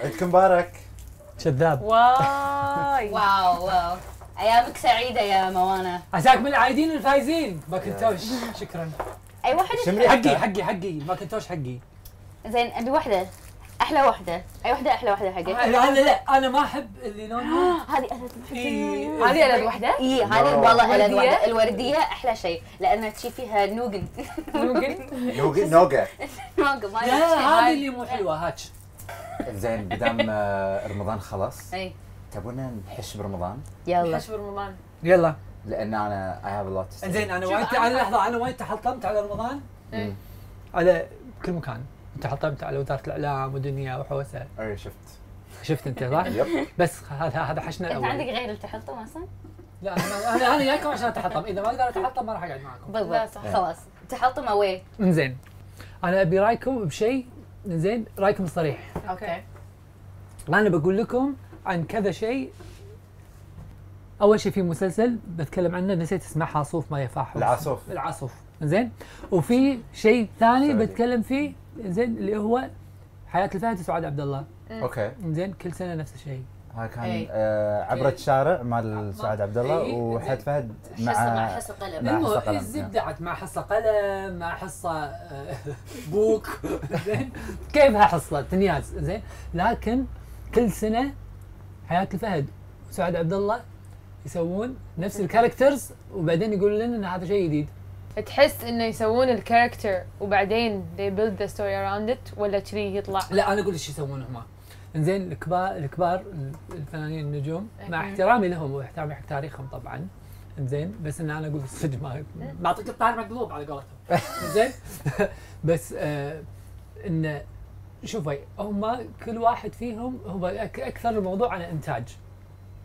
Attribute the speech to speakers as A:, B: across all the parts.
A: عيدك مبارك
B: كذاب
C: واي
D: واو واو ايامك سعيده يا موانا
B: عساك من العايدين الفايزين ماكنتوش شكرا
D: اي واحده
A: شمري.
B: حقي حقي حقي ماكنتوش حقي
D: زين ابي واحده احلى واحده اي واحده احلى واحده حقك
B: انا أنا لا انا ما احب اللي لونه
D: هذه انا تحب
B: إيه.
C: آه، هذه ألذ وحده
D: اي
A: واو.
D: هذه والله ألذ
C: وردية؟
D: وحدة. الورديه احلى شيء لان تشي فيها نوجن
C: ممكن
A: نوقة نوقة
D: نوجن ما
B: لا هذه اللي مو حلوه هاتش
A: زين بدام آه، رمضان خلص
D: اي
A: تبونا نحش برمضان
D: يلا
C: حش برمضان
B: يلا
A: لان انا اي هاف ا لوت
B: زين انا
C: شوف
B: وايد
C: أنا-
B: انا لحظه انا وايد تحطمت على رمضان
C: إيه.
B: على كل مكان تحطمت على وزاره الاعلام ودنيا وحوسه
A: اي شفت
B: شفت انت صح؟
A: يب
B: بس هذا هذا حشنا
D: انت عندك
B: الاول
D: غير التحطم اصلا؟
B: لا انا انا انا جايكم عشان اتحطم اذا ما اقدر اتحطم ما راح اقعد معاكم
C: لا،
D: بالضبط إيه.
C: صح.
D: خلاص تحطم اوي
B: انزين انا ابي رايكم بشيء زين رايكم الصريح
C: اوكي
B: انا بقول لكم عن كذا شيء اول شيء في مسلسل بتكلم عنه نسيت اسمه حاصوف ما يفاح
A: العاصوف.
B: العاصوف زين وفي شيء ثاني
A: سعودي.
B: بتكلم فيه زين اللي هو حياه الفهد سعاد عبد الله
A: اوكي
B: زين كل سنه نفس الشيء
A: هاي كان
C: إي.
A: آه، عبرة شارع مال سعاد عبد الله
B: إي.
A: وحد فهد مع
D: حصه مع حصه قلم
A: مع حصة قلم،
B: المهم
A: نعم.
B: الزبده عاد مع حصه قلم مع حصه آه، بوك زين كيفها حصه تنياز زين لكن كل سنه حياه الفهد وسعد عبد الله يسوون نفس الكاركترز وبعدين يقولوا لنا ان هذا شيء جديد
C: تحس انه يسوون الكاركتر وبعدين they build the story around it ولا كذي يطلع
B: لا انا اقول ايش يسوون هم انزين الكبار الكبار الفنانين النجوم مع
C: أكيد.
B: احترامي لهم واحترامي حق تاريخهم طبعا انزين بس ان انا اقول صدق ما بعطيك الطار مقلوب على قولتهم انزين بس آه ان شوفي هم كل واحد فيهم هو أك اكثر الموضوع على انتاج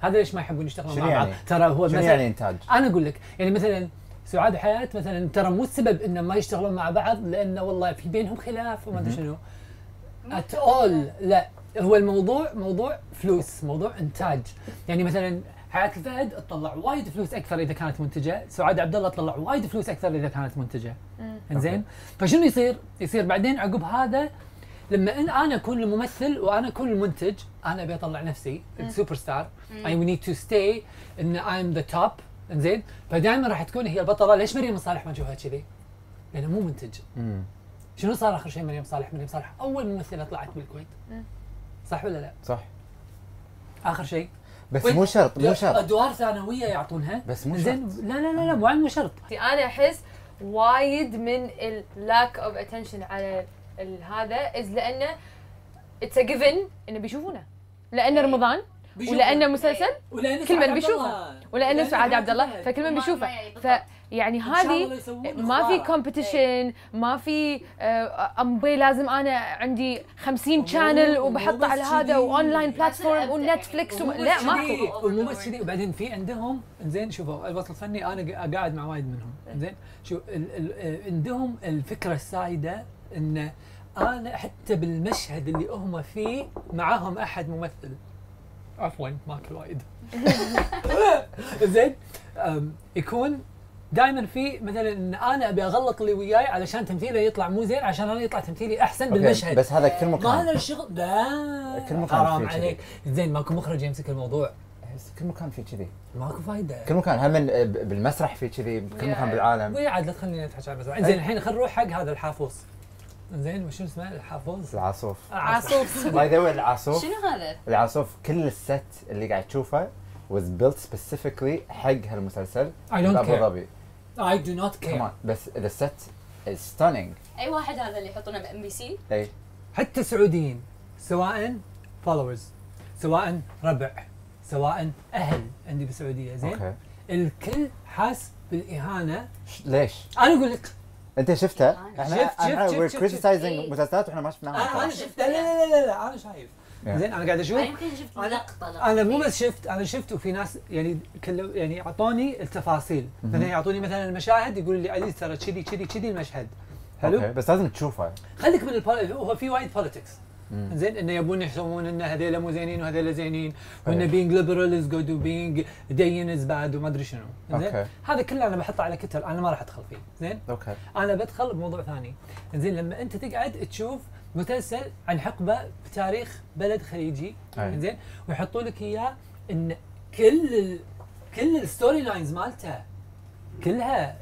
B: هذا ليش ما يحبون يشتغلون
A: شنو
B: مع بعض
A: يعني؟
B: ترى هو
A: شنو
B: مثلا
A: يعني انتاج؟
B: انا اقول لك يعني مثلا سعاد حياة مثلا ترى مو السبب انه ما يشتغلون مع بعض لانه والله في بينهم خلاف وما ادري شنو ات اول لا هو الموضوع موضوع فلوس موضوع انتاج يعني مثلا حياة الفهد تطلع وايد فلوس اكثر اذا كانت منتجه سعاد عبد الله تطلع وايد فلوس اكثر اذا كانت منتجه انزين فشنو يصير يصير بعدين عقب هذا لما ان انا اكون الممثل وانا اكون المنتج انا ابي اطلع نفسي السوبر ستار اي نيد تو ستي ان اي ام ذا توب انزين فدائما راح تكون هي البطله ليش مريم صالح ما نشوفها كذي؟ لانه مو منتج
A: مم.
B: شنو صار اخر شيء مريم صالح؟ مريم صالح اول ممثله طلعت بالكويت صح ولا لا؟
A: صح
B: اخر شيء
A: بس
B: وين- أه،
A: مو شرط مو شرط
B: ادوار ثانويه يعطونها
A: بس مو
B: إنزين؟ لا لا لا لا مو عن مو شرط
C: انا احس وايد من ال lack of attention على ال- هذا is لانه it's a given انه بيشوفونه لانه رمضان ولانه مسلسل
B: ولأن
C: كل
B: سعاد
C: من
B: عبد
C: بيشوفه
B: الله.
C: ولانه
B: ولأن
C: سعاد عبد الله
B: الفهد.
C: فكل من
D: ما-
C: بيشوفه
D: ما- بالضبط.
C: فيعني هذه
B: الله يسوون
C: ما في
B: أخبار.
C: كومبيتيشن ما في آه، امبي لازم انا عندي 50 شانل
B: مو
C: وبحطه
B: بس
C: على هذا
B: كذي.
C: واونلاين بلاتفورم
D: أبدع
C: ونتفلكس
B: ومو
C: وما-
B: بس
C: لا
B: كذي،
C: ماكو
B: ومو بس كذي وبعدين في عندهم زين شوفوا الوسط الفني انا قا- قاعد مع وايد منهم
C: إيه.
B: زين شو ال ال عندهم الفكره السائده ان انا حتى بالمشهد اللي هم فيه معاهم احد ممثل عفوا ماكل وايد زين أم، يكون دائما في مثلا ان انا ابي اغلط اللي وياي علشان تمثيله يطلع مو زين عشان انا يطلع تمثيلي احسن
A: أوكي،
B: بالمشهد
A: بس هذا كل
B: ما هذا
A: مكان
B: الشغل لا
A: كل مكان
B: حرام
A: فيه كذي.
B: عليك زين ماكو مخرج يمسك الموضوع
A: بس كل مكان في كذي
B: ماكو فايده
A: كل مكان هم من- آه، ب- بالمسرح في كذي بكل مكان بالعالم
B: ويا عاد لا تخليني اتحكى على المزرعه زين الحين خلينا نروح حق هذا الحافوظ زين وشنو اسمه الحافوظ
A: العاصوف
C: عاصوف
A: باي ذا العاصوف
D: شنو هذا؟
A: العاصوف كل الست اللي قاعد تشوفه was built specifically حق هالمسلسل
B: I don't
A: بأبو
B: care.
A: ظبي
B: اي دو نوت كير
A: كمان بس the set is stunning
D: اي واحد هذا اللي يحطونه بام بي سي
A: اي
B: حتى السعوديين سواء فولورز سواء ربع سواء اهل عندي بالسعوديه زين
A: اوكي
B: الكل حاس بالاهانه
A: إيه؟ ش- ليش؟
B: انا اقول لك
A: انت شفته؟
B: شفت- شفت-
A: احنا
B: شفت-
A: we're
B: شفت- إيه.
A: criticizing
D: إي.
A: مسلسلات واحنا ما شفناها
B: انا انا
A: ترى.
B: شفت لا لا لا لا, لا انا شايف زين انا قاعد اشوف
D: انا يمكن شفت لقطه لقطة.
B: انا مو بس شفت انا شفت وفي ناس يعني كلو يعني اعطوني التفاصيل مثلا يعطوني مثلا المشاهد يقول لي علي ترى كذي كذي كذي المشهد حلو
A: اوكي بس لازم تشوفه
B: خليك من البول... هو في وايد بوليتكس زين انه يبون يسوون ان هذيلا مو زينين وهذيلا زينين وان
A: أوكي.
B: بينج ليبرال از جود وبينج دين از باد وما ادري شنو زين
A: أوكي.
B: هذا كله انا بحطه على كتر انا ما راح ادخل فيه زين
A: اوكي
B: انا بدخل بموضوع ثاني زين لما انت تقعد تشوف مسلسل عن حقبه بتاريخ بلد خليجي
A: أي.
B: زين ويحطوا لك اياه ان كل ال... كل الستوري لاينز مالته كلها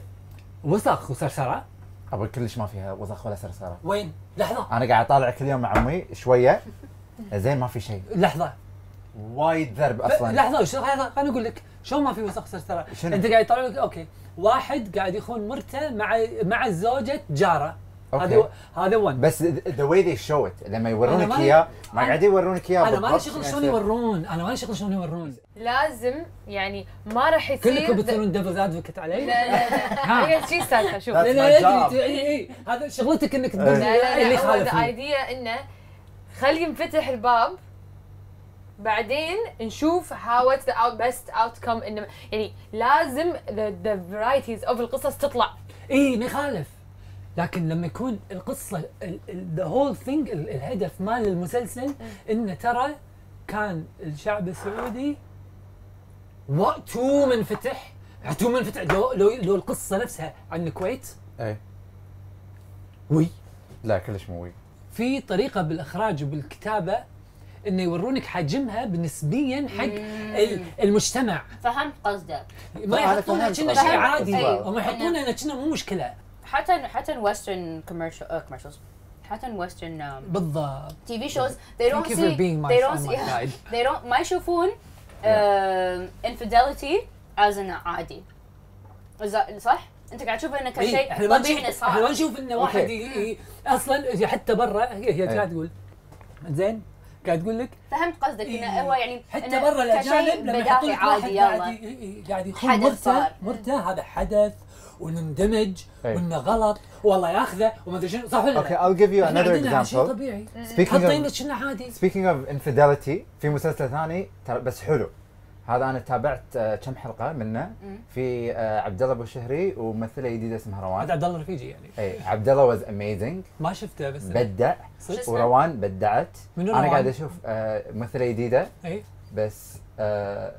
B: وسخ وسرسره
A: ابو كلش ما فيها وسخ ولا سرسره
B: وين؟ لحظه
A: انا قاعد اطالع كل يوم مع امي شويه زين ما في شيء
B: لحظه
A: وايد ذرب
B: ب-
A: اصلا
B: لحظه وش لحظه خليني اقول لك شلون ما في وسخ سرسره؟
A: شنو؟
B: انت قاعد يطلع لك اوكي واحد قاعد يخون مرته مع مع زوجة جاره هذا
A: أوكي.
B: و- هذا ون
A: بس ذا واي ذي شو ات لما
B: أنا
A: يورونك
B: ما-
A: اياه ما قاعدين يورونك اياه
B: انا ما لي
A: بالضبط
B: شغل
A: يعني
B: شلون يورون انا ما لي شغل شلون يورون
C: لازم يعني ما راح يصير
B: كلكم بتصيرون دبلز ادفوكيت علي
C: إيه، لا لا لا هي شي السالفه شوف
A: That's
B: لا
C: لا
B: لا
A: my job. إيه.
B: ادري اي اي هذا شغلتك إيه، انك تقول
C: لا
B: اللي
C: لا هو
B: خالفني
C: الايديا انه خلي ينفتح الباب بعدين نشوف how it's the out best outcome انه يعني لازم the, the varieties of القصص تطلع
B: اي ما يخالف إيه، لكن لما يكون القصه ذا هول ثينج الهدف مال المسلسل
C: إيه.
B: انه ترى كان الشعب السعودي وقته منفتح تو منفتح لو لو لو القصه نفسها عن الكويت
A: إيه.
B: وي
A: لا كلش مو وي
B: في طريقه بالاخراج وبالكتابه انه يورونك حجمها بالنسبيا حق
C: إيه.
B: ال- المجتمع
D: فهمت قصدك
B: ما
A: أنا
B: يحطونها
A: فهمت
B: كنا
A: قصدك.
B: شيء عادي
A: أيوة.
B: هم يحطونها كنا مو مشكله
D: حتى حتى ويسترن كوميرشال كوميرشالز حتى um, ويسترن
B: بالضبط
D: تي في شوز they
B: Thank
D: don't
B: you for
D: see
B: being my
D: they
B: oh
D: don't
B: my
D: see
B: God.
D: they don't ما يشوفون um, infidelity as an عادي إذا- صح؟ انت قاعد تشوف انه
A: طيب،
B: إيه،
D: كشيء
B: احنا ما
D: طبيعي إنه
B: نشوف احنا ما
D: صار
B: نشوف انه واحد
A: أوكي.
B: ي- ي- اصلا حتى برا هي هي
A: إيه.
B: قاعد تقول زين قاعد تقول لك
D: فهمت قصدك انه هو يعني
B: إيه، حتى
D: إنه
B: برا
D: كشيء
B: الاجانب لما يحط
D: بدافع
B: لك واحد
D: عادي،
B: قاعد
D: يلا.
B: ي- ي- قاعد يخون
D: حدث
B: مرته
D: صار.
B: مرته هذا حدث ونندمج
A: إيه.
B: وانه غلط والله ياخذه وما ادري شنو صح ولا لا؟
A: اوكي I'll give you
B: احنا
A: another
B: عندنا عن شيء
A: example
B: طبيعي
A: speaking
B: حاطين
A: of
B: لك كنا عادي
A: speaking of infidelity في مسلسل ثاني ترى بس حلو هذا انا تابعت آه، كم حلقه منه في آه، عبد الله ابو شهري وممثله جديده اسمها
B: هذا
A: روان إيه،
B: عبد الله الرفيجي يعني
A: اي عبد الله واز اميزنج
B: ما شفته بس
A: بدع
D: شو اسمه؟
A: وروان بدعت
B: منو
A: انا
B: روان؟
A: قاعد اشوف آه، ممثله جديده
B: اي
A: بس آه،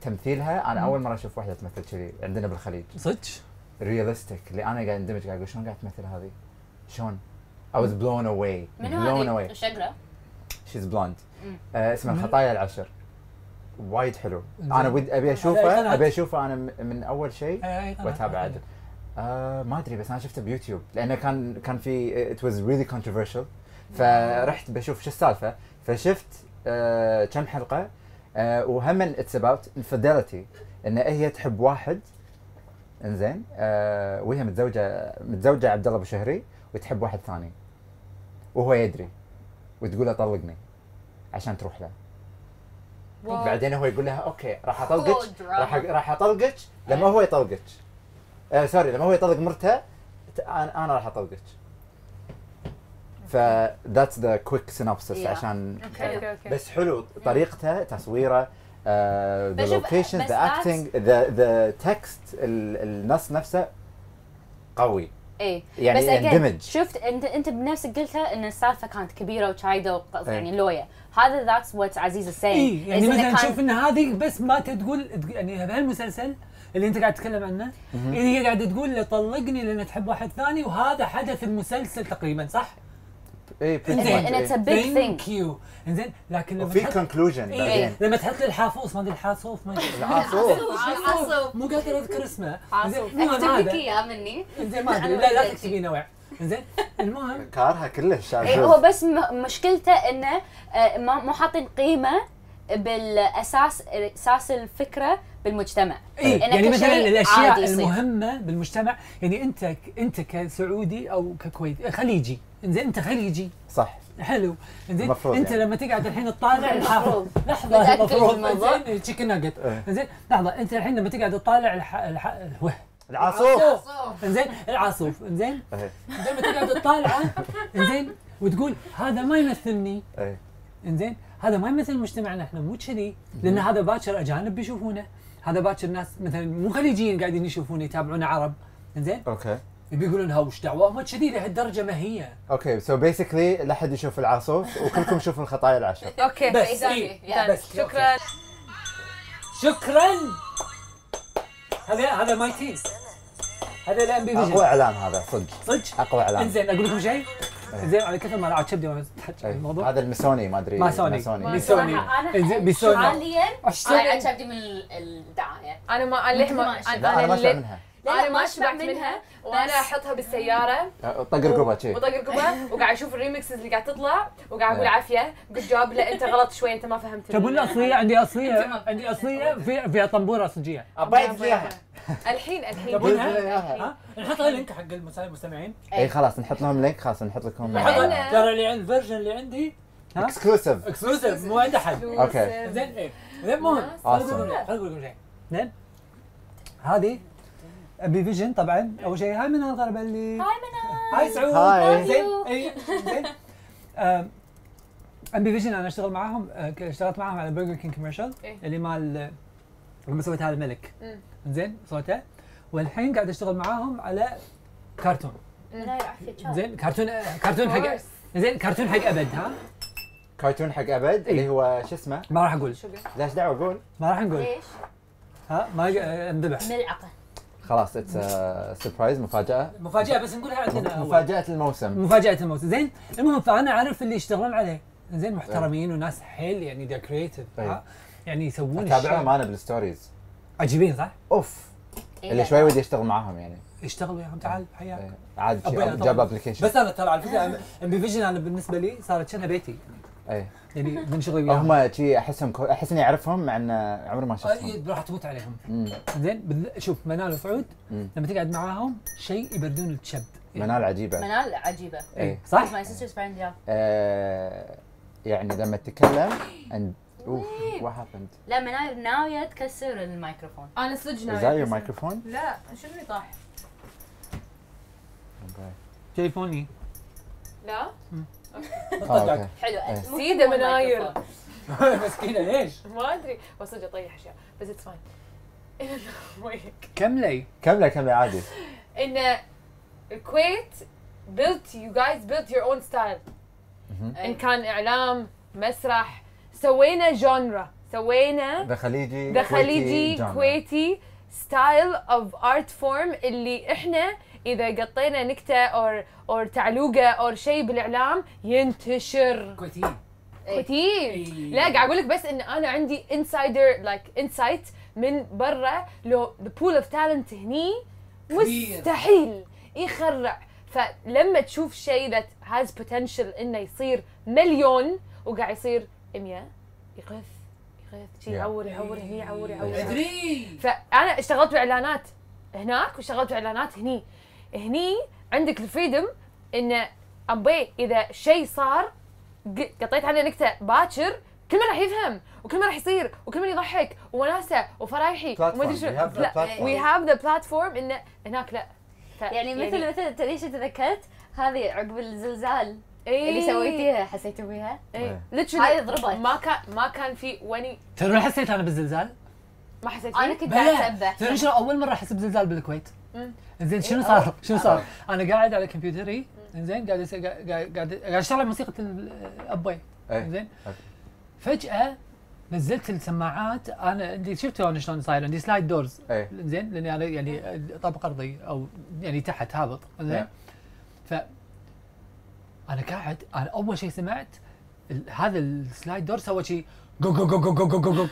A: تمثيلها انا اول مره اشوف واحده تمثل كذي عندنا بالخليج
B: صدق
A: ريالستيك اللي انا قاعد اندمج قاعد اقول شلون قاعد تمثل هذه؟ شلون؟ I was blown away blown
D: منو هذه
A: away
D: الشقره؟
A: she's blonde
D: مم.
A: آه اسمه
B: مم.
A: الخطايا العشر وايد حلو
B: زين.
A: انا ود ابي
B: على أي
A: اشوفه
B: قناة؟
A: ابي اشوفه انا م- من اول شيء
B: أي- أي قناة؟
A: واتابع عدل آه ما ادري بس انا شفته بيوتيوب لانه كان كان في it was really controversial فرحت بشوف شو السالفه فشفت آه كم حلقه آه وهم اتس اباوت انفيدلتي ان هي تحب واحد انزين آه وهي متزوجه متزوجه عبد الله ابو شهري وتحب واحد ثاني وهو يدري وتقول له طلقني عشان تروح له بعدين هو يقول لها اوكي راح اطلقك
D: Cool drama.
A: راح راح اطلقك لما هو يطلقك آه سوري لما هو يطلق مرته ت- انا انا راح اطلقك ف ذاتس ذا كويك سينوبسس
D: Yeah.
A: عشان
C: اوكي اوكي
A: بس حلو طريقته تصويره آه، ذا
D: بشوف-
A: لوكيشن
D: بس
A: ذا اكتنج ذا ذا تكست النص نفسه قوي
D: ايه
A: يعني
D: بس again،
A: يندمج.
D: شفت انت انت بنفسك قلتها ان السالفه كانت كبيره وشايده وق-
A: إيه.
D: يعني لويا هذا ذاتس وات عزيزه سين
B: اي يعني مثلا تشوف ان هذه بس ما تقول يعني بهالمسلسل اللي انت قاعد تتكلم عنه اللي هي قاعده تقول له طلقني لان تحب واحد ثاني وهذا حدث المسلسل تقريبا صح؟
A: اي
D: إنزين. إنه تسب- Big thing.
B: Thank you. انزين لكن لما
A: وفي
B: تحط
A: كونكلوجن
B: إي،
A: إيه.
D: إيه.
A: بعدين
B: لما تحط لي الحافوص ما ادري الحاسوف ما ادري
A: العاصوف
D: عصب.
B: مو قادر اذكر اسمه
D: عصب.
B: إنزين، المهم
D: اكتب لك
B: إيه، هذا
D: اياه إيه، مني
B: انزين ما ادري
D: أنا
B: لا لا
D: بديت.
B: تكتبي نوع انزين المهم
A: كارها كلش
D: إيه هو بس م- مشكلته انه آه، ما مو حاطين قيمه بالاساس اساس الفكره بالمجتمع
B: إيه؟
D: إنه
B: يعني
D: كل
B: مثلا
D: شيء
B: الاشياء
D: عادي يصير.
B: المهمه بالمجتمع يعني انت ك- انت كسعودي او ككويت خليجي انزين انت خليجي
A: صح
B: حلو زين
A: المفروض
B: انت
A: يعني.
B: لما تقعد الحين تطالع
D: المفروض.
B: الحافظ لحظه
D: متأكد
B: المفروض
D: من الموضوع؟
B: زين تشيكن ناجت
A: إيه.
B: زين لحظه انت الحين لما تقعد تطالع الح... الح... الوه.
A: العاصوف
B: زين العاصف زين
A: إيه.
B: لما تقعد تطالعه زين وتقول هذا ما يمثلني
A: إيه.
B: انزين هذا ما يمثل مجتمعنا احنا مو كذي لان هذا باكر اجانب بيشوفونه هذا باكر ناس مثلا مو خليجيين قاعدين يشوفونه يتابعون عرب انزين
A: اوكي
B: بيقولون ها وش دعوه ما كذي لهالدرجه ما هي
A: اوكي سو بيسكلي لا حد يشوف العاصوف وكلكم شوفوا الخطايا العشر
C: اوكي
B: بس
D: Exactly.
B: إيه،
D: Yeah.
B: بس أوكي.
C: شكرا
B: شكرا هذا هذا ماي تيم هذا الام بي
A: اقوى
B: فيجن
A: اعلان هذا صدق
B: صدق
A: اقوى اعلان
B: انزين اقول لكم شيء زين على كثر ما لعبت كبدي وانا اتحكى عن الموضوع
A: إيه. هذا المسوني ما ادري
B: ماسوني.
A: الماسوني.
B: ماسوني.
A: إيه.
B: سوني.
D: أنا
B: إنزين، بسوني.
D: حاليا
B: عشان
E: انا عجبني من ال- الدعايه
C: انا ما
E: مثل
C: للحين
E: ما
C: ما-
E: أشبع.
A: لا انا ما اسمع منها
C: للحين-
E: لا،
C: انا ما
E: أشبع
C: شبعت منها وانا
E: بس-
C: احطها بالسياره
A: أه، طق ركبها شي
C: وطق رقبه وقاعد اشوف الريمكسز اللي قاعد تطلع وقاعد اقول
A: إيه.
C: عافيه جود جوب لا انت غلط شوي انت ما فهمت
B: تبون لي اصليه عندي اصليه
E: أنت ما-
B: عندي اصليه فيها فيها طنبوره صجيه
A: ابيض فيها
C: الحين الحين
B: تبون-
A: إياها.
B: ها يعني نحط لينك حق المس- المستمعين
A: اي إيه، خلاص نحط لهم لينك خلاص نحط لكم
B: نحط
C: لأن-
B: ترى اللي عند الفيرجن اللي عندي ها
A: اكسكلوسيف
B: اكسلوسيف مو عند احد
A: أوكي.
B: زين ايه زين مهم
C: Awesome.
B: خليني أقول لكم- خليني اقول لكم شيء زين هذه بفيجن طبعا اول شيء هاي منى طربلي
D: هاي منى
B: هاي سعود
A: هاي.
B: زين اي زين آه، امبي فيجن انا اشتغل معاهم آه، ك- اشتغلت معاهم على برجر كينج كوميرشال
C: إيه.
B: اللي مال لما سويت هذا الملك
C: مم.
B: زين صوته والحين قاعد اشتغل معاهم على كرتون
D: لا يعافيك
B: زين كرتون آه، كرتون حق زين كرتون حق ابد ها
A: كرتون حق ابد
B: إيه.
A: اللي هو شو اسمه
B: ما راح اقول
A: ليش دعوه قول
B: ما راح نقول
D: ليش؟
B: ها ما آه، انذبح
E: ملعقه
A: خلاص اتس سربرايز مفاجاه
B: مفاجاه بس نقولها عندنا أول.
A: مفاجاه الموسم
B: مفاجاه الموت زين المهم فانا اعرف اللي يشتغلون عليه زين محترمين وناس حيل يعني ذا كريتيف
A: طيب.
B: يعني يسوون
A: تابعهم
B: الشيء
A: انا بالستوريز
B: عجيبين صح؟
A: اوف
E: إيه
A: اللي
E: لا.
A: شوي ودي اشتغل معاهم يعني
B: اشتغلوا وياهم تعال حياك
A: إيه. عاد
B: أبوي أنا
A: جاب
B: طبعاً.
A: ابلكيشن
B: بس انا ترى على فكره امبي فيجن انا بالنسبه لي صارت شنها بيتي
A: اي
B: يعني من شغلي وياهم
A: هم شي احسهم كو... احس اني اعرفهم مع ان عمري ما شفتهم
B: طيب، راح تموت عليهم
A: مم.
B: زين بذ- شوف منال وسعود
A: مم.
B: لما تقعد معاهم شيء يبردون الشب
A: منال عجيبه
E: منال عجيبه
A: اي
B: صح؟
E: ماي سيسترز فريند يا
A: آه، يعني لما تتكلم and اوف what happened
E: لا منال ناويه تكسر الميكروفون
C: انا صدق
A: is
C: ناوية
A: that your
C: أكسر.
A: microphone
E: لا شنو اللي طاح؟
A: okay.
B: تليفوني
C: لا
A: آه، اوكي
E: حلو
A: إيه.
E: مو- مو
C: سيدة مناير.
E: الميكروفون.
B: مسكينه ليش؟
C: ما ادري بس صدق اطيح اشياء بس اتس فاين ويك
B: كملي
A: كمله كمله عادي
C: ان الكويت built you guys built your own style ان كان اعلام مسرح سوينا جونرا سوينا
A: ذا خليجي
C: ذا خليجي
A: genre.
C: كويتي ستايل اوف ارت فورم اللي احنا اذا قطينا نكته اور اور تعلوقه اور شيء بالاعلام ينتشر
B: كويتي
C: كويتي
B: إي.
C: لا قاعد اقول لك بس ان انا عندي انسايدر لايك انسايت من برا لو ذا بول اوف تالنت هني
B: كبير.
C: مستحيل يخرع فلما تشوف شيء ذات هاز بوتنشل انه يصير مليون وقاعد يصير 100 يغث يغث شي
A: Yeah.
C: يعور يعور هني يعور يعور
A: Yeah.
B: ادري
C: فانا اشتغلت باعلانات هناك واشتغلت باعلانات هني هني عندك الفريدم ان ابي اذا شيء صار ق- قطيت عليه نكته باكر كل من راح يفهم وكل من راح يصير وكل من يضحك ووناسه وفرايحي وما ادري شو
A: Platform. We have the platform.
C: وي هاف ذا بلاتفورم ان هناك لا ف-
D: يعني مثل مثل أنت ليش تذكرت هذه عقب الزلزال
C: إيه.
D: اللي سويتيها حسيتوا بيها؟
C: إيه.
D: هاي
C: literally
D: ضربت.
C: ما كان ما كان في وني
B: ترى حسيت انا بالزلزال
C: ما حسيت
D: انا
C: فيه
D: كنت
B: بلى.
D: قاعد اسبح
B: تدري شنو اول مره احس بزلزال بالكويت؟
C: مم.
B: زين شنو صار؟ شنو صار؟ انا قاعد على كمبيوتري زين قاعد أس- قاعد قاعد قاعد اشتغل على موسيقى الابوي
A: إيه.
B: زين
A: أوكي.
B: فجاه نزلت السماعات انا عندي شفتوا انا شلون صاير عندي سلايد دورز
A: إيه.
B: زين لاني انا يعني طابق ارضي او يعني تحت هابط زين
A: إيه.
B: ف انا قاعد انا اول شيء سمعت ال- هذا السلايد دور سوى شيء جو جو جو جو جو جو جو جو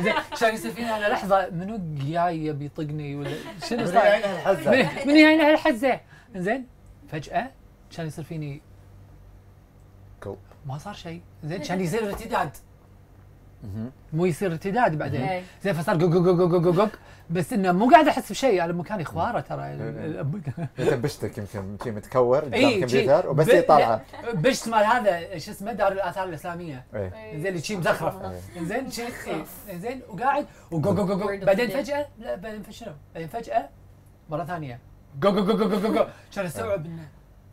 B: زين شلون يصير فيني انا لحظه منو جاي يبي يطقني ولا شنو
A: من
B: صاير؟
A: يعينها الحزة؟
B: من- من هاي لها الحزه زين فجاه كان يصير فيني
A: Cool.
B: ما صار شيء زين
E: إيه.
B: كان يصير ارتداد مو يصير ارتداد بعدين
E: إيه.
B: زين فصار جو جو جو جو جو جو جو بس انه مو قاعد احس بشيء انا مكاني خواره ترى
A: انت بشتك يمكن شي متكور قدام
B: اي
A: الكمبيوتر وبس هي طالعه
B: بشت مال هذا شو اسمه دار الاثار الاسلاميه
A: إيه.
B: زين اللي شي مزخرف زين شي زين وقاعد وجو جو جو جو
E: Word of
B: بعدين
E: the day.
B: فجاه لا بعدين فشلوا بعدين فجاه مره ثانيه جو جو جو جو جو جو جو عشان استوعب انه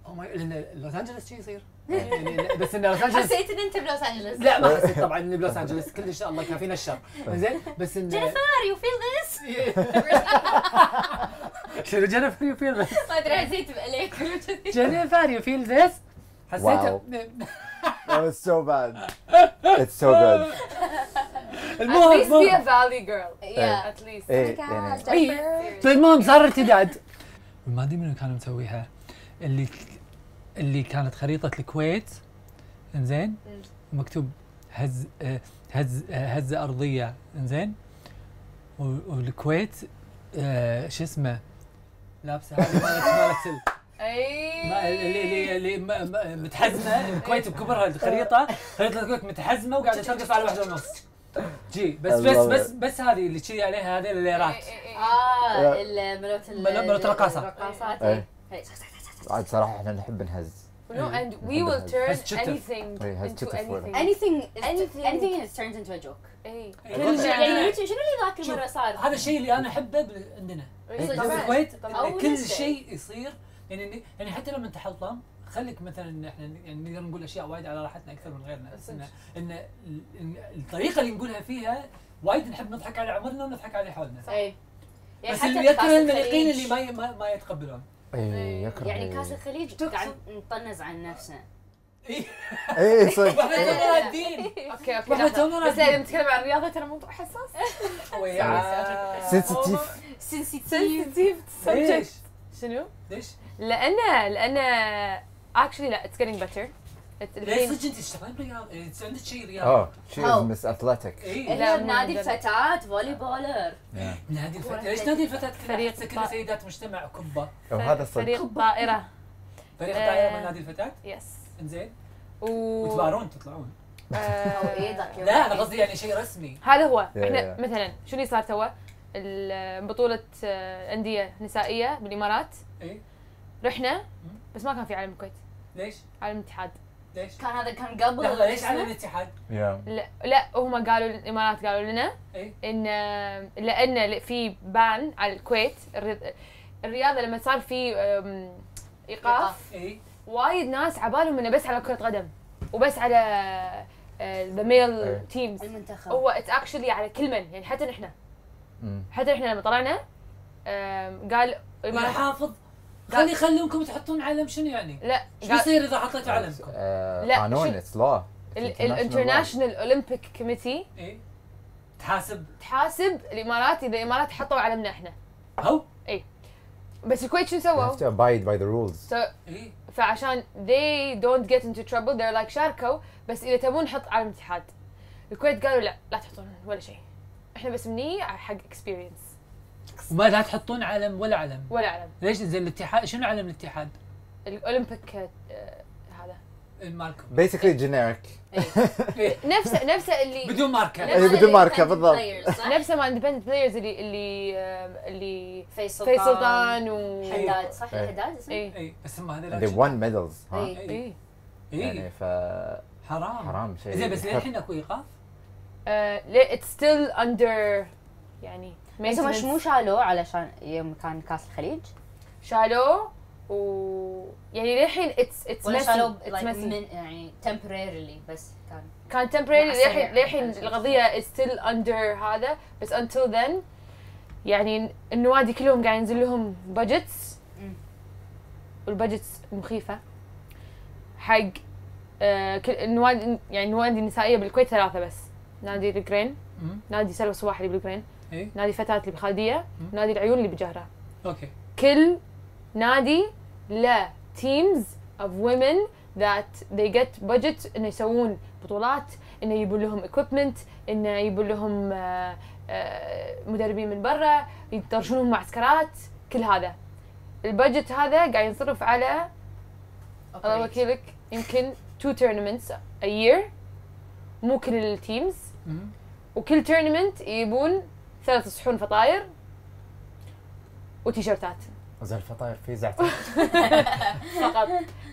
B: او ماي لان لوس انجلس شي يصير يعني بس ان لوس انجلس
E: حسيت ان انت بلوس انجلس
B: لا ما حسيت طبعا اني بلوس انجلس كلش الله كافينا الشر زين بس ان
D: جينيفر يو فيل ذس؟
B: شنو جينيفر يو فيل ذس
E: ما ادري حسيت عليك
B: جينيفر يو فيل ذس حسيت
A: واو. That was Oh, so bad. It's so good.
C: at least be
B: المهم
C: a valley girl
A: إيه.
C: at least
A: ايه يعني
B: طيب، إيه. فالمهم صار ارتداد ما ادري منو كان مسويها اللي اللي كانت خريطه الكويت انزين مكتوب هز آه، هز آه، هزه ارضيه انزين و- والكويت آه، شو اسمه لابسه هذه مالت مالت ال-
C: إيه.
B: ما- اللي اللي اللي ما- ما- متحزمه الكويت بكبرها الخريطه خريطه الكويت متحزمه وقاعده ترقص على واحده ونص جي بس
A: I
B: بس
A: love
B: بس بس هذه اللي شي عليها هذه الليرات
E: إيه، اه ال- ملوت ال-
B: ملوت- ملوت الرقاصة.
E: الرقاصات
A: إيه.
E: إيه.
A: عاد صراحه احنا نحب نهز
C: No, and we will turn
B: Has chitter.
C: anything
A: Hey, has
C: into
A: chitter for them.
C: anything.
E: anything
C: Anything.
E: anything is turns into a joke
C: Hey.
B: كل شيء
E: يعني
B: عليها.
E: يوتيوب- شنو اللي ذاك المره صار؟
B: هذا الشيء اللي انا احبه بال- عندنا طبعا
E: طبعاً.
B: الكويت
E: طبعاً.
B: كل
E: أول شيء.
B: شيء يصير يعني يعني حتى لما تحطم خليك مثلا إن احنا يعني نقدر نقول اشياء وايد على راحتنا اكثر من غيرنا بس إن, ان ال- إن الطريقه اللي نقولها فيها وايد نحب نضحك على عمرنا ونضحك على اللي حوالنا
E: اي يعني
B: بس
E: حتى
B: اللي
E: بكاس
B: يكره المليقين
E: الخليج.
B: اللي ما ي- ما, ما يتقبلون
A: اي يكره
D: يعني كاس الخليج قاعد نطنز عن نفسنا
B: اي
A: اي صدق
B: واحنا تونا رادين
C: اوكي اوكي
B: واحنا
C: لحظة.
B: تونا
C: بس اذا
B: رادين
C: نتكلم عن الرياضه ترى موضوع حساس
B: ويا-
A: سنسيتيف
E: سنسيتيف
C: sensitive
B: ليش؟
C: subject شنو؟
B: ليش؟
C: لان لان actually لا it's getting better It-
B: ليش
C: الحين
B: صدق انت اشتغلت رياض؟ إنت عندك شيء رياض؟
A: اوه شي از مس اثلتيك
B: اي
E: هي
C: لا،
E: بنادي
C: مو
E: إيه. الفتاة فولي بولر
B: نادي الفتاة
E: كرة
B: ليش نادي الفتاة كلها
C: فريق
B: أحسها كلها
C: طا-
B: سيدات مجتمع كبة
A: وهذا
C: فريق
A: الصدق
C: طائره
B: فريق
C: آه.
B: طائرة من نادي الفتاة
C: يس
B: انزين
C: و
B: وتبارون تطلعون
C: آه،
D: Oh,
E: او ايدك
B: لا أنا قصدي يعني شيء رسمي
C: هذا هو
A: يا-
C: احنا
A: يا.
C: مثلا شنو اللي صار توا؟ ال- بطولة آه، أندية نسائية بالإمارات
B: اي
C: رحنا بس ما كان في عالم الكويت
B: ليش؟
C: عالم الاتحاد
B: ليش؟
E: كان هذا كان قبل
B: لحظة ليش على الاتحاد؟
A: يا
C: لا لا هم قالوا الامارات قالوا لنا
B: إيه.
C: ان آه، لان في بان على الكويت الري- الرياضه لما صار في آم، ايقاف
B: اي
C: وايد ناس عبالهم انه بس على كره قدم وبس على آه، ذا ميل
A: إيه.
C: تيمز
D: المنتخب
C: هو اتس اكشلي على كل من يعني حتى نحن
A: أمم.
C: حتى نحن لما طلعنا آم، قال
B: ما
C: الامارات
B: حافظ خلي خلونكم تحطون علم شنو يعني؟
C: لا
B: شو
C: قال
B: يصير إذا حطيتوا علمكم؟
A: آه،
C: لا،
A: قانون
C: شو-
A: اتس لا
C: الانترناشونال اولمبيك كوميتي
B: اي تحاسب
C: تحاسب الامارات اذا الامارات حطوا علمنا احنا
B: هو
C: بس الكويت شو سووا؟
A: abide by the rules
C: سو-
B: اي
C: فعشان they don't get into trouble they're like شاركوا بس اذا تبون نحط على الاتحاد الكويت قالوا لا لا تحطون ولا شيء احنا بس مني حق اكسبيرينس
B: وما لا تحطون علم ولا علم
C: ولا علم
B: ليش زين الاتحاد شنو علم الاتحاد؟
C: الاولمبيك آه، هذا
B: مالكم
A: basically generic
C: نفسه نفسه اللي
B: إيه. بدون ماركة
C: لا.
A: إيه، بدون ماركه بالضبط
C: نفسه مع اندبندنت بلايرز اللي اللي آه، اللي
D: فيصل
C: فيصل سلطان و
D: حداد صح
A: إيه.
D: حداد اسمه؟
C: اي
B: اي بس هم هذول
A: they won medals ها
D: إيه.
B: اي
C: اي
B: اي
A: يعني ف
B: حرام
A: حرام إيه. شيء
B: إيه. زين بس
A: يخف.
B: للحين اكو ايقاف؟
C: آه، اتس ستيل اندر يعني
D: بس هم مش- مو
C: maintenance.
D: شالوه علشان يوم كان كاس الخليج
C: شالوه و يعني للحين اتس اتس
E: ولا شالوه
C: ميسي
E: like
C: اتس ميسي
E: من يعني temporarily بس كان
C: كان temporary
E: مؤثر
C: للحين
E: يعني.
C: للحين القضيه is still under هذا بس until then يعني النوادي كلهم قاعد ينزل لهم budgets
E: مم.
C: والبادجتس مخيفه حق آه كل النوادي يعني النوادي النسائيه بالكويت ثلاثه بس نادي الجرين
B: مم. إيه.
C: نادي سلوى الصباح اللي بالجرين
B: اي
C: نادي فتاه اللي بالخالديه نادي العيون اللي بجهره
B: اوكي
C: كل نادي له teams of women that they get budget انه يسوون بطولات انه يجيبون لهم equipment انه يجيبون لهم آه، آه، مدربين من برا يطرشونهم معسكرات كل هذا البادجت هذا قاعد ينصرف على الله وكيلك يمكن two tournaments a year مو كل التيمز
B: مم.
C: وكل tournament يجيبون ثلاث صحون فطاير وتيشيرتات
A: زين الفطاير في زعتر
C: فقط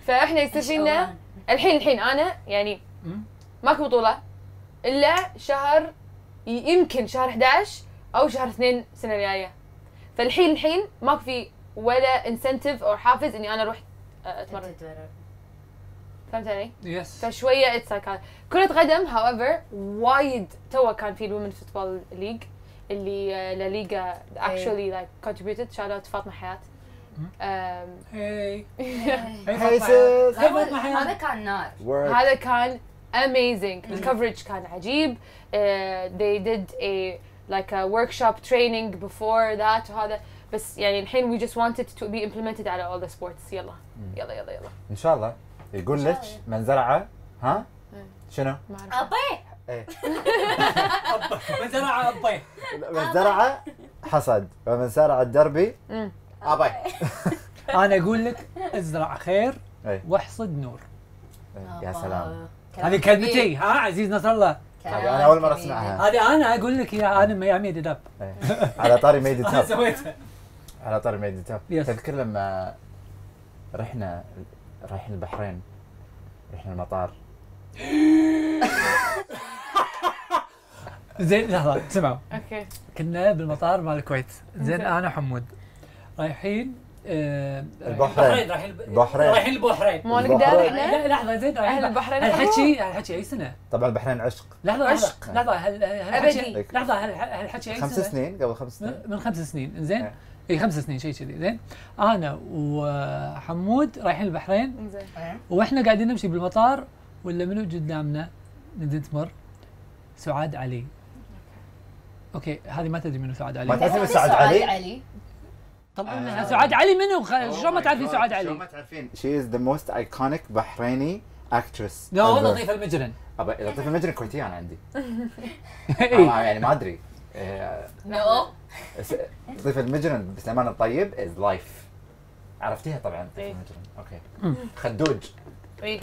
C: فاحنا يستفيدنا الحين الحين انا يعني
B: مم.
C: ماكو بطوله الا شهر ي- يمكن شهر 11 او شهر 2 السنه الجايه فالحين الحين ماكو في ولا انسنتيف او حافز اني انا اروح آه، اتمرن فهمت علي؟
B: يس
C: فشويه اتس لايك كرة قدم هاويفر وايد توا كان في الومن فوتبول ليج اللي آه، لا ليغا اكشولي لايك كونتريبيوتد شوت اوت فاطمه حياه آم،
B: هي
A: hey sis
B: فاطمة
E: هذا
B: حياة.
E: كان نار
A: work
C: هذا كان amazing الكفرج كان عجيب uh, they آه، did a like a workshop training before that وهذا بس يعني الحين we just wanted to be implemented على all the sports يلا يلا يلا يلا
A: ان شاء الله يقول
D: إن شاء
A: لك من زرعه ها شنو؟
C: ما أعرف.
E: ابي
A: ايه
B: مزرعه ابي
A: من زرعه حصد ومن سارع الدربي
C: مم.
A: ابي
B: انا اقول لك ازرع خير
A: إيه.
B: واحصد نور
A: يا سلام طيب،
B: هذه كلمتي ها عزيز نصر الله
A: أنا أول مرة أسمعها.
B: هذه انا اقول لك يا انا يا ميد اب
A: إيه. على طاري ميد
B: انا
A: تاب
B: سويتها
A: على طاري ميد تاب
B: Yes.
A: تذكر لما رحنا رايحين البحرين رحنا المطار
B: زين لحظه سمعوا
C: اوكي
B: كنا بالمطار مال الكويت زين انا حمود رايحين آه،
A: البحرين.
B: رايحين الب-
A: البحرين.
B: رايحين البحرين
C: مو نقدر
A: البحرين.
C: احنا
B: لا لحظه زين رايحين
C: أهل البحرين
B: هالحكي هالحكي اي سنه
A: طبعا البحرين عشق
B: لحظه
C: عشق.
B: لحظه لحظه هال- هالحكي
C: أبدي.
B: لحظه هال- هالحكي اي
A: خمس
B: سنه
A: سنين قبل خمس سنين
B: من من خمس سنين زين
A: إيه.
B: اي خمس سنين شيء كذي زين انا وحمود رايحين البحرين
C: إنزين.
B: واحنا قاعدين نمشي بالمطار ولا منو قدامنا نبدا تمر سعاد علي اوكي هذه ما تدري منو سعاد
A: ما
B: علي
A: تعرفين سعد علي؟
E: علي
B: طبعا
C: آه.
B: انها سعاد علي منو خ- شلون إيه. ما تعرفين سعاد
A: شلون
B: علي
A: ما تعرفين she is the most iconic Bahraini actress
B: لا
A: ever.
B: والله لطيفه المجرن
A: أبا لطيفة المجري كويتية أنا عندي
B: إي.
A: أنا يعني ما أدري إيه،
B: نعم.
E: نو
A: بس لطيفة المجرن بس الأمان الطيب is life عرفتيها طبعا لطيفة
C: إيه.
A: المجرن أوكي خدوج
C: إيه.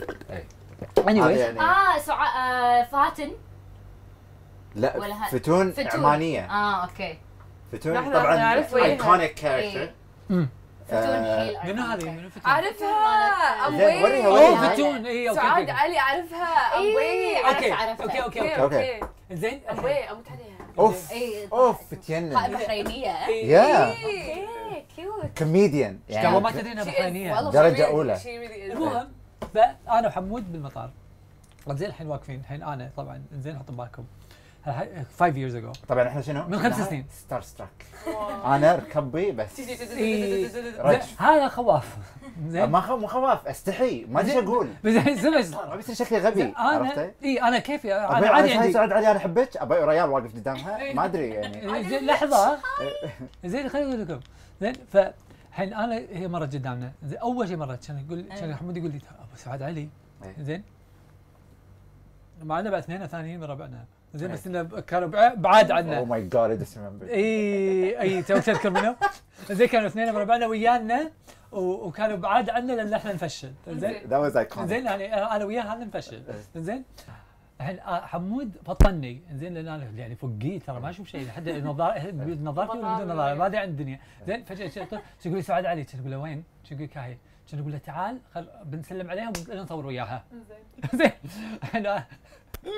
A: هذا
B: anyway
A: يعني
E: اه سعى آه، فاتن ولا
A: لا
E: هذا.
A: فتون
E: فتون.
A: عمانية
D: آه،
E: اه اوكي
A: فتون
C: نحن
A: طبعا
C: نعرف وجهها.
A: iconic character
E: إيه.
B: أمم.
E: فتون
A: آه،
E: حيل
B: منو
E: iconic.
B: هذه منو فتون
C: اعرفها
E: زين،
C: أموي.
A: وريها، وريها.
B: اوه فتون اي اوكي
C: سعاد
B: أوكي.
C: علي اعرفها
E: إيه،
C: اموي
B: اوكي
E: عرفت،
B: اوكي اوكي
C: اوكي
B: اوكي
A: أوكي.
C: اوكي
B: زين
C: اموي اموت عليها
A: أوف
E: إيه.
A: أوف فتين
E: بحرينيه
A: يا
C: إيه، كيوت
A: كوميديان
B: ترى ما تدري انها بحرينيه
C: والله
A: درجة
C: she really-
A: أولى.
C: she really is.
B: المهم فانا وحمود بالمطار زين الحين واقفين الحين انا طبعا زين حطوا بالكم 5 years ago
A: طبعا احنا شنو؟
B: من خمس سنين.
A: ستار ستراك انا ركبي بس
C: إيه.
A: رج.
B: إيه. هذا خواف زين
A: ما خ- مو خواف استحي ما ادري إيش اقول
B: بس زين إيه، سمع ايش صار
A: ما بيصير شكلي غبي
B: انا
A: عرفتي؟
B: اي انا كيفي
A: ابي
B: انا عادي
A: عادي
B: عندي
A: سعد علي انا احبك ابي ريال واقف قدامها ما ادري يعني
B: إيه، زين لحظه زين خليني اقول لكم زين ف الحين انا هي مرت قدامنا زين اول شيء مرت كان يقول كان حمود يقول لي ابو سعد علي
A: إيه.
B: زين معنا بعد اثنين ثانيين من ربعنا زين بس انه كانوا بع- بعاد عنا
A: اوه ماي جاد ادس
B: إيه،
A: ريمبر
B: اي اي توك تذكر منو؟ زين كانوا اثنين ربعنا ويانا و- وكانوا بعاد عنا لان احنا نفشل زين
A: ذات واز ايكونيك
B: زين يعني انا وياه هذا نفشل زين الحين آه، حمود بطلني زين لان انا يعني فقيت ترى ما اشوف شيء لحد نظار- نظارتي ولا بدون نظارة ما ادري عن الدنيا زين فجاه شي يقول- شي يقول لي سعد علي شي اقول له وين؟ شي يقول لك هاي شي اقول له تعال خل بنسلم عليها ونصور وياها زين احنا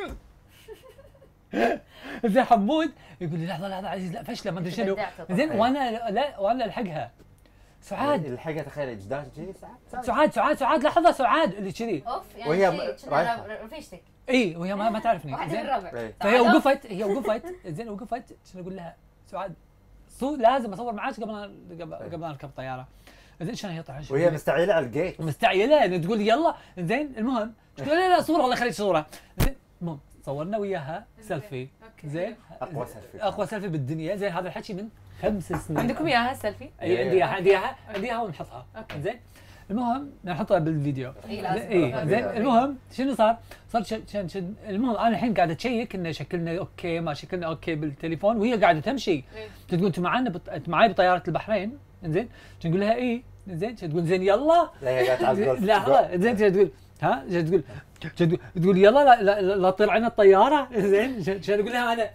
B: زين حمود يقول لي لحظه لحظه عزيز لا فشله ما ادري شنو زين وانا لا وانا الحقها سعاد
A: الحقها إيه، تخيل اجداد كذي سعد سعد.
B: سعاد سعاد سعاد لحظه سعاد اللي كذي
E: اوف يعني
A: وهي
E: شيء-
A: ب-
E: شنو
A: رايحة.
E: ر- رفيجتك
B: اي إيه، وهي ما, ما تعرفني
E: واحده من
B: زين
E: الربع
A: إيه.
B: فهي
E: تعالوا.
B: وقفت هي وقفت زين وقفت شنو اقول لها سعاد صو لازم اصور معاك قبل أن- قبل قبل أن اركب طياره زين شلون هي طالعه
A: طيب. وهي مستعيله على الجيت
B: مستعجله إنه تقول يلا زين المهم تقول لا لا صوره الله يخليك صوره زين المهم صورنا وياها سيلفي زين
A: اقوى سيلفي
B: اقوى سيلفي بالدنيا زين هذا الحكي من خمس سنين
C: عندكم اياها السيلفي؟
B: اي عندي اياها عندي اياها عندي اياها ونحطها
C: أوكي.
B: زين المهم نحطها بالفيديو
E: اي لازم
B: اي زين
A: أوكي.
B: المهم شنو صار؟ صار شن شن شن المهم انا الحين قاعد اشيك انه شكلنا اوكي ما شكلنا اوكي بالتليفون وهي قاعده تمشي تقول انت معانا بط... انت معاي بطياره البحرين زين نقول لها اي زين تقول زين يلا
A: لا هي قاعده على الجولف
B: لا زين شو تقول ها شو تقول شو تقول- تقول يلا لا لا, لا, لا تطير عنا الطياره زين شو- شو تقول لها انا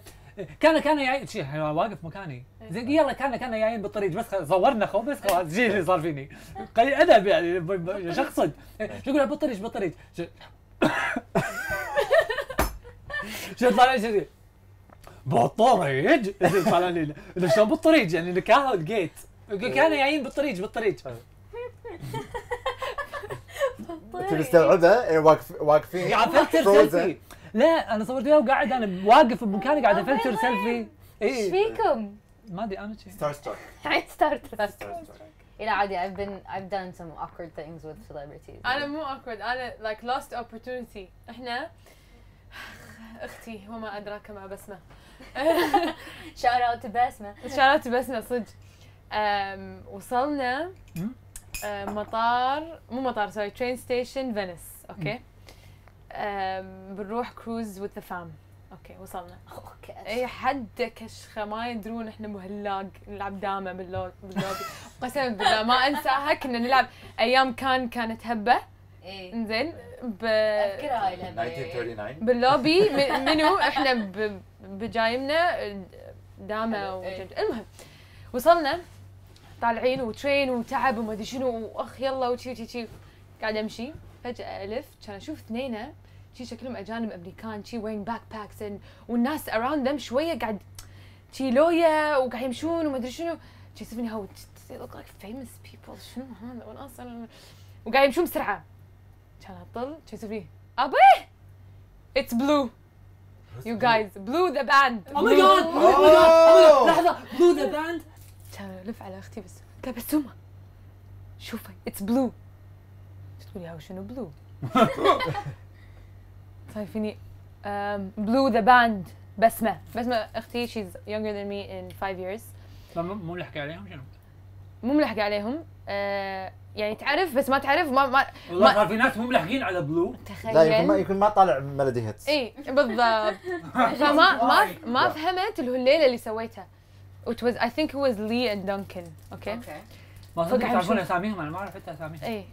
B: كان كان جاي شي، أنا واقف مكاني زين يلا كان كان جايين بالطريق بس خلاص، صورنا خو بس خلاص شي اللي صار فيني قليل ادب يعني ب- ب- شو اقصد شو اقول لها بالطريق بالطريق شو- شو طالع شو ذي؟ بالطريق زين طالع لي يعني إنه شلون بالطريق يعني إنه كان الجيت كانوا جايين بالطريق بالطريق
A: انت مستوعبه إيه، واقف- واقفين
B: قاعد افلتر
A: Frozen.
B: سيلفي لا انا صورت وياه وقاعد انا واقف بمكاني قاعد افلتر سيلفي
C: ايش
B: اي
C: فيكم؟
B: إيه. ما ادري انا شي
A: ستار ستار
D: عيد ستارت
A: ستار ستار.
D: لا عادي I've been I've done some awkward things with celebrities
C: انا مو awkward انا like lost opportunity احنا اختي وما ادراك ما بسمه
D: شاوت اوت باسمه
C: شارات بسنا صدق أم، وصلنا
B: مم.
C: أم، مطار مو مطار سوري ترين ستيشن فينيس اوكي أم، بنروح كروز وذ ذا فام اوكي وصلنا
D: Oh, اوكي
C: اي حد كشخه ما يدرون احنا مهلاق نلعب دامه باللو- باللوبي قسما بالله ما انساها كنا نلعب ايام كان كانت هبه
D: Eh,
E: ايه
C: انزين ب
E: اذكر هاي اللعبة.
A: 1939
C: باللوبي م- منو احنا ب- بجايمنا دامه وجد المهم وصلنا طالعين وترين وتعب وما ادري شنو واخ يلا وشي وشي وشي قاعد امشي فجاه الف كان اشوف اثنين شي شكلهم اجانب امريكان شي وين باك باكس والناس اراوند ذم شويه قاعد شي لويا وقاعد يمشون وما ادري شنو شي سفني هاو they look like famous people شنو هذا وناس أنا- وقاعد يمشون بسرعه كان اطل شي سفني ابي اتس بلو يو جايز بلو ذا باند
B: او ماي جاد
A: Oh!
B: او ماي جاد لحظه بلو ذا باند
C: كان الف على اختي بس قلت لها بسومه شوفي اتس بلو تقول يا شنو بلو صار فيني بلو ذا باند بسمه بسمه اختي شيز younger than me in 5 years
B: مو نحكي عليهم شنو؟
C: مو ملحقه عليهم آه، يعني تعرف بس ما تعرف ما ما
B: والله
C: ما-
B: صار في ناس مو ملحقين على بلو
A: لا يكون ما
C: تخيل
A: يكون ما طالع ميلودي هيتس
C: اي بالضبط فما ما ما فهمت اللي هو الليله اللي سويتها it was I think it was Lee and Duncan اوكي
E: اوكي
B: ما صدق
C: فقاعد
B: تعرفون
C: نشوف.
B: اساميهم انا ما اعرف حتى اساميهم
C: ايه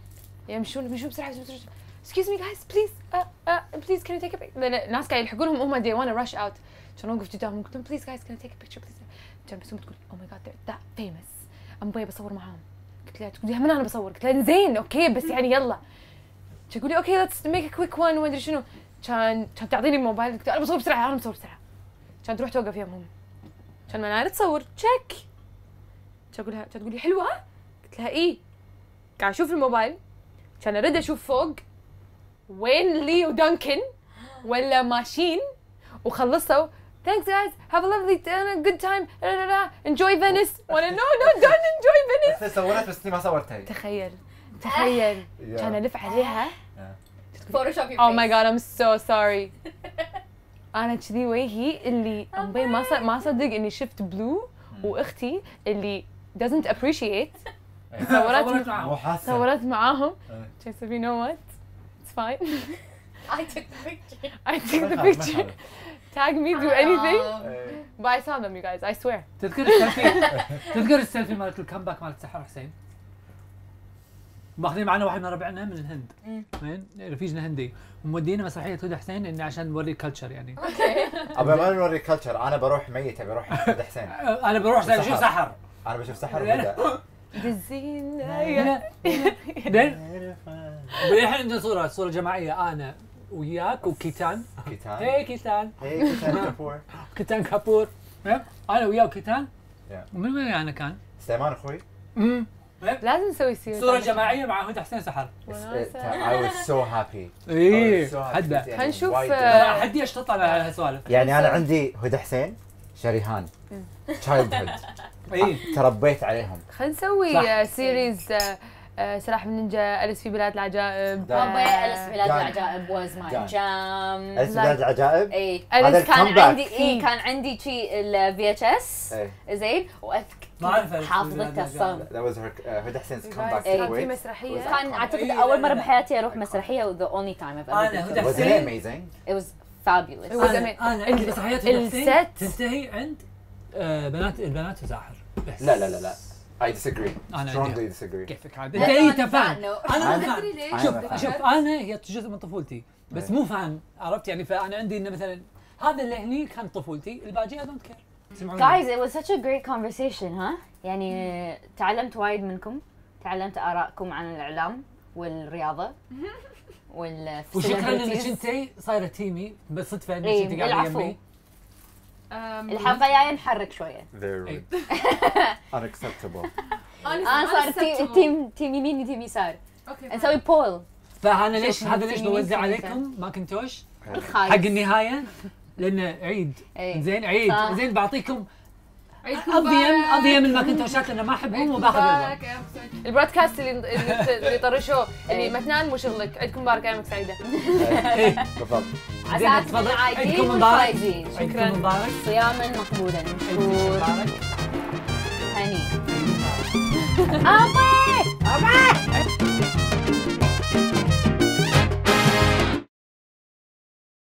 C: يمشون يمشون بسرعه بسرعه بسرعه excuse me guys please uh, uh, please can you take a picture الناس قاعد يلحقونهم هم they want to rush out كان اوقف قدامهم قلت لهم please guys can I take a picture please كان بسوم تقول oh my god they're that famous ام باي بصور معاهم قلت لها تقول لي من انا بصور قلت لها زين اوكي بس يعني يلا كان يقول لي اوكي ليتس ميك ا كويك وان وما ادري شنو كان كان تعطيني الموبايل قلت لها انا بصور بسرعه انا بصور بسرعه كان تروح توقف يمهم كان منار تصور تشيك كان اقول لها كان تقول لي حلوه قلت لها ايه قاعد اشوف الموبايل كان ارد اشوف فوق وين لي ودانكن ولا ماشيين وخلصوا Thanks guys, have a lovely uh, good time. لا لا لا. Enjoy Venice. Wanna no no don't enjoy Venice.
A: سويت إيه، بس ما صورتها
C: تخيل تخيل كان الف عليها
E: فوتوشوب
C: Oh my god I'm so sorry. انا كذي وجهي اللي
E: Oh
C: أمي ما صد- ما صدق اني شفت بلو
E: Hmm.
C: واختي اللي doesn't appreciate صورت-
B: صورت
A: مو
B: معاهم
A: حاسه
C: صورت معاهم.
A: إيه.
C: She said you know what? It's fine.
E: I took the picture
C: I
A: ما
C: took the
A: يخالف، ما
C: picture.
A: يخالف.
C: tag me, do
E: Ah.
C: anything.
D: Um,
A: إيه.
C: But I saw them, you guys. I swear.
B: تذكر السيلفي تذكر السيلفي مالت الكامباك مالت سحر حسين ماخذين معنا واحد من ربعنا من الهند زين رفيجنا هندي ومودينا مسرحيه هدى حسين انه عشان نوري الكلتشر يعني
A: ابي ما نوري كلتشر انا بروح ميت ابي اروح احمد حسين
B: انا أه، بروح
A: سحر.
B: شو سحر
A: انا بشوف سحر
B: لا.
A: وبدا.
C: بالزينة
B: بعدين الحين عندنا صوره صوره جماعيه انا وياك وكيتان
A: كيتان
B: هي كيتان
A: هي كيتان كفور
B: كيتان كابور زين؟ انا وياه وكيتان
A: Yeah.
B: ومن وين انا كان؟
A: سليمان اخوي
B: امم
C: لازم نسوي سيرة
B: صوره جماعيه مع هدى حسين سحر
A: uh,
B: إيه.
A: I was so happy I
B: اي
A: was so happy.
B: حدا
A: يعني
C: هنشوف،
A: وايد-
C: آه،
B: انا حد يشتط على هالسوالف
A: يعني انا عندي هدى حسين شريهان تشايلد هود إيه.
B: اي
C: إيه.
A: تربيت عليهم
C: خلينا نسوي
B: صح.
C: آه، سيريز آه، آه، سلاح النينجا أليس في بلاد آه، العجائب
A: دان.
E: بابا ألس بلاد
A: جان.
E: العجائب واز ماي
A: جان.
E: جام
C: إيه.
A: ألف بلاد العجائب
D: Eh,
E: اي
A: هذا
C: أليس
A: الكم-
C: إيه،
E: كان
A: comeback.
E: عندي اي كان عندي شي الفي اتش اس
A: إيه.
E: زين
B: ما أعرف ألف بلاد
E: حافظته الصم
B: العجائب.
A: That was her uh, هدى حسين's comeback
C: guys, إيه. كان
A: to
C: في
A: it.
C: مسرحية.
A: Was-
E: كان اعتقد
B: إي،
E: اول
B: لا،
E: مره
B: إيه، لا.
E: بحياتي اروح مسرحيه وذا اونلي تايم I've ever
B: أنا
E: been
B: هدى
E: to
A: Was
B: حسين.
A: it amazing?
E: it was fabulous
C: It was
E: أنا-
C: amazing.
B: انا انا عندي
C: ال-
B: مسرحيات
C: الست.
B: البنات تنتهي عند آه، بنات البنات وساحر بس
A: لا لا لا لا I disagree
B: أنا
A: strongly
B: عندي.
A: disagree
B: كيفك عاد انت اي انت فان انا مو
A: أنا-
B: فان
A: أنا فان.
B: شوف شوف انا هي جزء من طفولتي بس
A: إيه.
B: مو فان عرفت يعني فانا عندي انه مثلا هذا اللي هني كان طفولتي الباقي اي دونت كير
E: guys it was such a great conversation ها يعني تعلمت وايد منكم تعلمت آرائكم عن الإعلام والرياضة وال
B: وشكرا انك
E: facilities.
B: انتي صايره تيمي بالصدفه انك
E: إيه،
B: انت قاعده
E: العفو.
B: يمي
E: الحلقة جاية نحرك شوية
A: They're
B: أي.
A: unacceptable
E: أنا آه، صار تيم تيم تيم يمين وتيم يسار نسوي بول
B: فانا ليش
E: شوف
B: هذا ليش
E: تيمي
B: بوزع
E: تيمي
B: عليكم ماكنتوش
E: الخايس
B: حق النهايه لان عيد
E: إيه.
B: زين عيد
E: صح.
B: زين بعطيكم اضيم اضيم الماكنتوشات لان ما احبهم وباخذ الوان
C: البرودكاست اللي
E: إيه.
B: إيه.
C: اللي اللي طرشوه اللي مثنان مو شغلك عيدكم مبارك أيامك سعيدة
A: بالضبط
D: عساكم
B: تفضل.
D: العايدين
B: عيدكم مبارك.
D: والفايزين
B: شكرا مبارك
D: صياما مقبولا
B: عيدكم
D: مشكور
B: مبارك
D: هني
F: آه